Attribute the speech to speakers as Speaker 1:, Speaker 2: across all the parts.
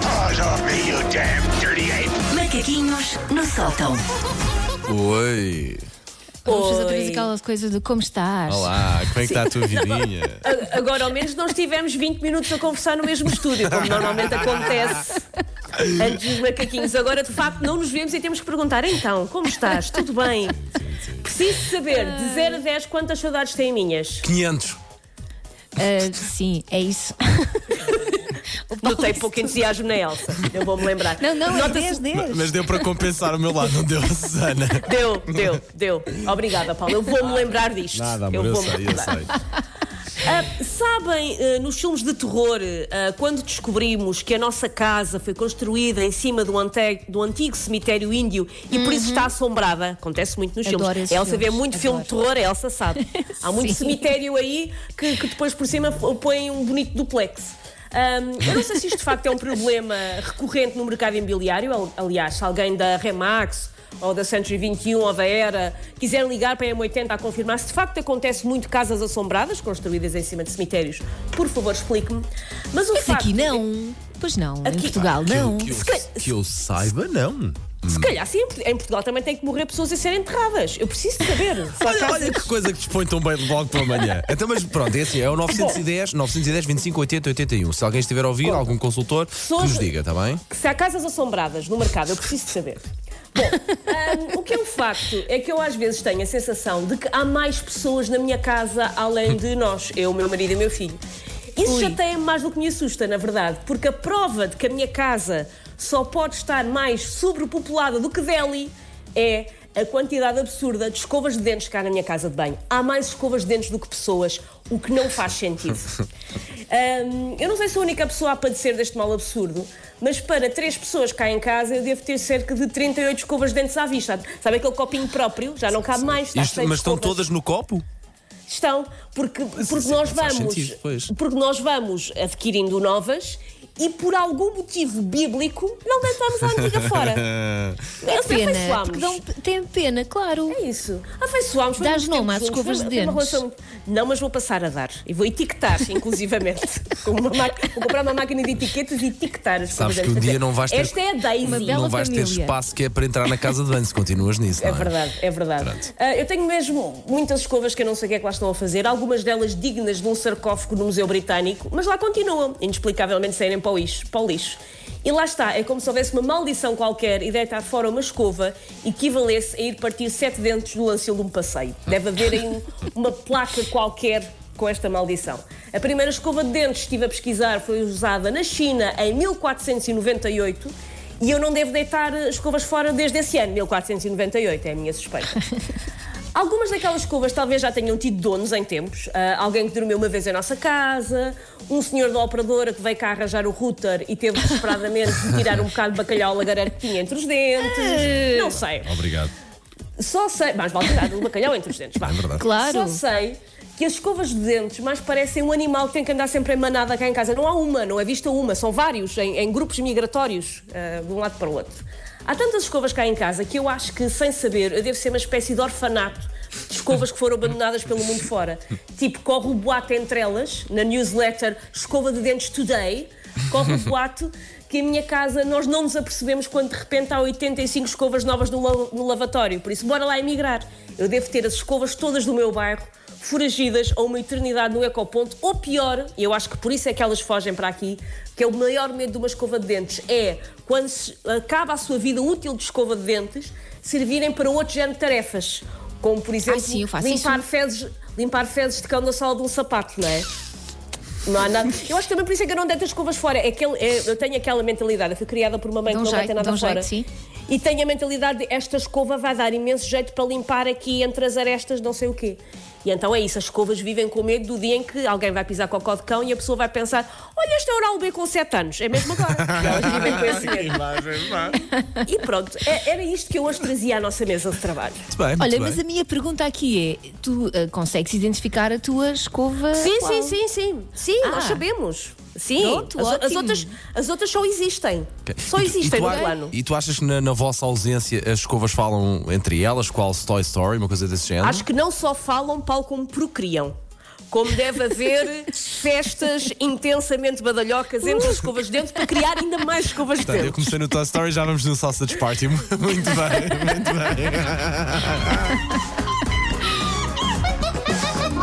Speaker 1: paws off me, you damn dirty ape!
Speaker 2: Macaquinhos no sótão.
Speaker 3: Oi!
Speaker 4: Vamos fazer outra
Speaker 5: Oi.
Speaker 4: vez aquela coisa de como estás.
Speaker 3: Olá, como é que está a tua vidinha?
Speaker 5: A- Agora, ao menos, não estivemos 20 minutos a conversar no mesmo estúdio, como normalmente acontece antes dos macaquinhos. Agora, de facto, não nos vemos e temos que perguntar: então, como estás? Tudo bem? Preciso saber, de 0 a 10, quantas saudades têm minhas?
Speaker 3: 500.
Speaker 4: Ah, sim, é isso.
Speaker 5: Notei pouco entusiasmo na Elsa, eu vou-me lembrar.
Speaker 4: Não, não, é 10,
Speaker 5: Nota-se-
Speaker 4: 10.
Speaker 3: Mas deu para compensar o meu lado, não deu, Susana?
Speaker 5: Deu, deu, deu. Obrigada, Paulo. Eu vou-me lembrar disto.
Speaker 3: Nada, amor, eu,
Speaker 5: vou-me
Speaker 3: sei, eu
Speaker 5: lembrar.
Speaker 3: sei.
Speaker 5: Ah, Sabem, eh, nos filmes de terror, eh, quando descobrimos que a nossa casa foi construída em cima do, ante- do antigo cemitério índio e por isso está assombrada, acontece muito nos
Speaker 4: Uhum. Adoro
Speaker 5: filmes.
Speaker 4: esses
Speaker 5: A Elsa vê
Speaker 4: filmes,
Speaker 5: muito filme de terror, a Elsa sabe. Há muito
Speaker 4: Sim.
Speaker 5: cemitério aí que, que depois por cima p- põem um bonito duplex. Ahm, eu não sei se isto de facto é um problema recorrente no mercado imobiliário. Al- Aliás, se alguém da Remax ou da Century 21 ou da Era quiser ligar para a M80 a confirmar se de facto acontece muito casas assombradas construídas em cima de cemitérios, por favor explique-me. Mas o
Speaker 4: Mas
Speaker 5: facto
Speaker 4: aqui não. Pois não, em
Speaker 5: Aqui-
Speaker 4: Portugal
Speaker 3: Que eu-
Speaker 4: não.
Speaker 3: Que, eu,
Speaker 5: calhar-
Speaker 3: que eu saiba, não.
Speaker 5: Se calhar sim, em Portugal também tem que morrer pessoas a serem enterradas. Eu preciso de saber. Se há
Speaker 3: Olha,
Speaker 5: casas-
Speaker 3: olha que coisa que dispõe tão bem logo pela manhã. Então, mas pronto, é assim, é o 910, 910 25 80 81. Se alguém estiver a ouvir, algum consultor, que nos diga, está bem?
Speaker 5: se há casas assombradas no mercado, eu preciso de saber. Bom, hum, o que é um facto é que eu às vezes tenho a sensação de que há mais pessoas na minha casa além de nós, eu, meu marido e meu filho. Isso
Speaker 4: Ui.
Speaker 5: já tem mais do que me assusta, na verdade, porque a prova de que a minha casa só pode estar mais sobrepopulada do que Delhi é a quantidade absurda de escovas de dentes que há na minha casa de banho. Há mais escovas de dentes do que pessoas, o que não faz sentido. Hum, eu não sei se sou a única pessoa a padecer deste mal absurdo, mas para três pessoas cá em casa eu devo ter cerca de 38 escovas de dentes à vista. Sabe aquele copinho próprio? Já não cabe mais. está
Speaker 3: Isto-
Speaker 5: cheio de
Speaker 3: mas estão
Speaker 5: escovas.
Speaker 3: todas no copo?
Speaker 5: Estão, porque, porque,
Speaker 3: isso é
Speaker 5: nós
Speaker 3: não faz
Speaker 5: vamos,
Speaker 3: sentido, pois.
Speaker 5: porque nós vamos adquirindo novas e por algum motivo bíblico não deitamos a antiga fora.
Speaker 4: É
Speaker 5: Nós
Speaker 4: pena,
Speaker 5: afeiçoámos.
Speaker 4: porque dão, tem pena, claro.
Speaker 5: É isso. Afeiçoámos. foi
Speaker 4: Dás
Speaker 5: muito
Speaker 4: nome
Speaker 5: tempo
Speaker 4: às
Speaker 5: juntos,
Speaker 4: escovas
Speaker 5: foi-
Speaker 4: de
Speaker 5: foi uma
Speaker 4: dentes.
Speaker 5: relação- Não, mas vou passar a dar. E vou etiquetar, inclusivamente. Com uma ma- Vou comprar uma máquina de etiquetas e etiquetar as
Speaker 3: Sabes
Speaker 5: escovas de
Speaker 3: que um
Speaker 5: dentes.
Speaker 3: dia não vais ter-
Speaker 5: Esta é a Daisy.
Speaker 4: Uma bela-
Speaker 3: não vais ter
Speaker 4: família.
Speaker 3: espaço que é para entrar na casa de banho se continuas nisso,
Speaker 5: É
Speaker 3: não é?
Speaker 5: verdade, é verdade. Ah, eu tenho mesmo muitas escovas que eu não sei o que é que lá estão a fazer, algumas delas dignas de um sarcófago no Museu Britânico, mas lá continuam, inexplicavelmente saírem para o lixo. Para o lixo. E lá está, é como se houvesse uma maldição qualquer e deitar fora uma escova equivalesse a ir partir sete dentes no lancil de um passeio. Deve haver aí um- uma placa qualquer com esta maldição. A primeira escova de dentes que estive a pesquisar foi usada na China em 1498 e eu não devo deitar eh, escovas fora desde esse ano, 1498, é a minha suspeita. Algumas daquelas escovas talvez já tenham tido donos em tempos. Ah, alguém que dormiu uma vez em nossa casa, um senhor da operadora que veio cá arranjar o router e teve desesperadamente de tirar um bocado de bacalhau lagareiro que tinha entre os dentes. Não sei.
Speaker 3: Obrigado.
Speaker 5: Só sei. Mas vale tirar o bacalhau entre os dentes, vá.
Speaker 3: É verdade.
Speaker 4: Claro.
Speaker 5: Só sei que as escovas de dentes mais parecem um animal que tem que andar sempre em manada cá em casa. Não há uma, não é vista uma, são vários, em, em grupos migratórios, ah, de um lado para o outro. Há tantas escovas cá em casa que eu acho que, sem saber, eu devo ser uma espécie de orfanato de escovas que foram abandonadas pelo mundo fora. Tipo, corre o boato entre elas, na newsletter Escova de Dentes Today, corre o boato que em minha casa nós não nos apercebemos quando de repente há 85 escovas novas no, la- no lavatório. Por isso, bora lá emigrar. Eu devo ter as escovas todas do meu bairro, foragidas a uma eternidade no ecoponto, ou pior, e eu acho que por isso é que elas fogem para aqui, que é o maior medo de uma escova de dentes, é quando se- acaba a sua vida útil de escova de dentes, servirem para outro género de tarefas. Como, por exemplo,
Speaker 4: sim, eu faço
Speaker 5: limpar,
Speaker 4: isso.
Speaker 5: fezes, limpar fezes de cão na sala de um sapato, não é? Não há nada. Eu acho que também por isso é que eu não deito as escovas fora. É que ele- é- eu tenho aquela mentalidade. Eu fui criada por uma mãe
Speaker 4: Dá um
Speaker 5: que não
Speaker 4: jeito,
Speaker 5: deita nada
Speaker 4: dá um
Speaker 5: fora.
Speaker 4: jeito, sim.
Speaker 5: E tenho a mentalidade de esta escova vai dar imenso jeito para limpar aqui entre as arestas, não sei o quê. E então é isso, as escovas vivem com medo do dia em que alguém vai pisar cocó de cão e a pessoa vai pensar: olha, este é oral B com 7 anos, é mesmo agora. E elas vivem com esse medo. E pronto, é- era isto que eu hoje trazia à nossa mesa de trabalho.
Speaker 3: Muito bem, muito
Speaker 4: Olha,
Speaker 3: bem.
Speaker 4: mas a minha pergunta aqui é: tu ah, consegues identificar a tua escova?
Speaker 5: Sim,
Speaker 4: atual?
Speaker 5: sim, sim, sim. Sim,
Speaker 4: Ah.
Speaker 5: nós sabemos. Sim,
Speaker 4: Pronto,
Speaker 5: as, as
Speaker 4: ótimo.
Speaker 5: outras, as outras só existem. Só
Speaker 3: E tu-
Speaker 5: existem
Speaker 3: e tu
Speaker 5: no
Speaker 3: a-
Speaker 5: plano.
Speaker 3: E tu achas que na, na vossa ausência as escovas falam entre elas, qual Toy Story, uma coisa desse género?
Speaker 5: Acho que não só falam, Paulo, como procriam. Como deve haver festas intensamente badalhocas entre as escovas de dente para criar ainda mais escovas de
Speaker 3: Portanto, Tá, eu
Speaker 5: dente.
Speaker 3: comecei no Toy Story já vamos no Sausage Party. Muito bem, muito bem.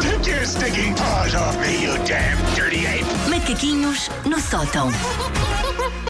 Speaker 1: Take your stinking paws off me, you damn dirty ape!
Speaker 2: Macaquinhos no sótão.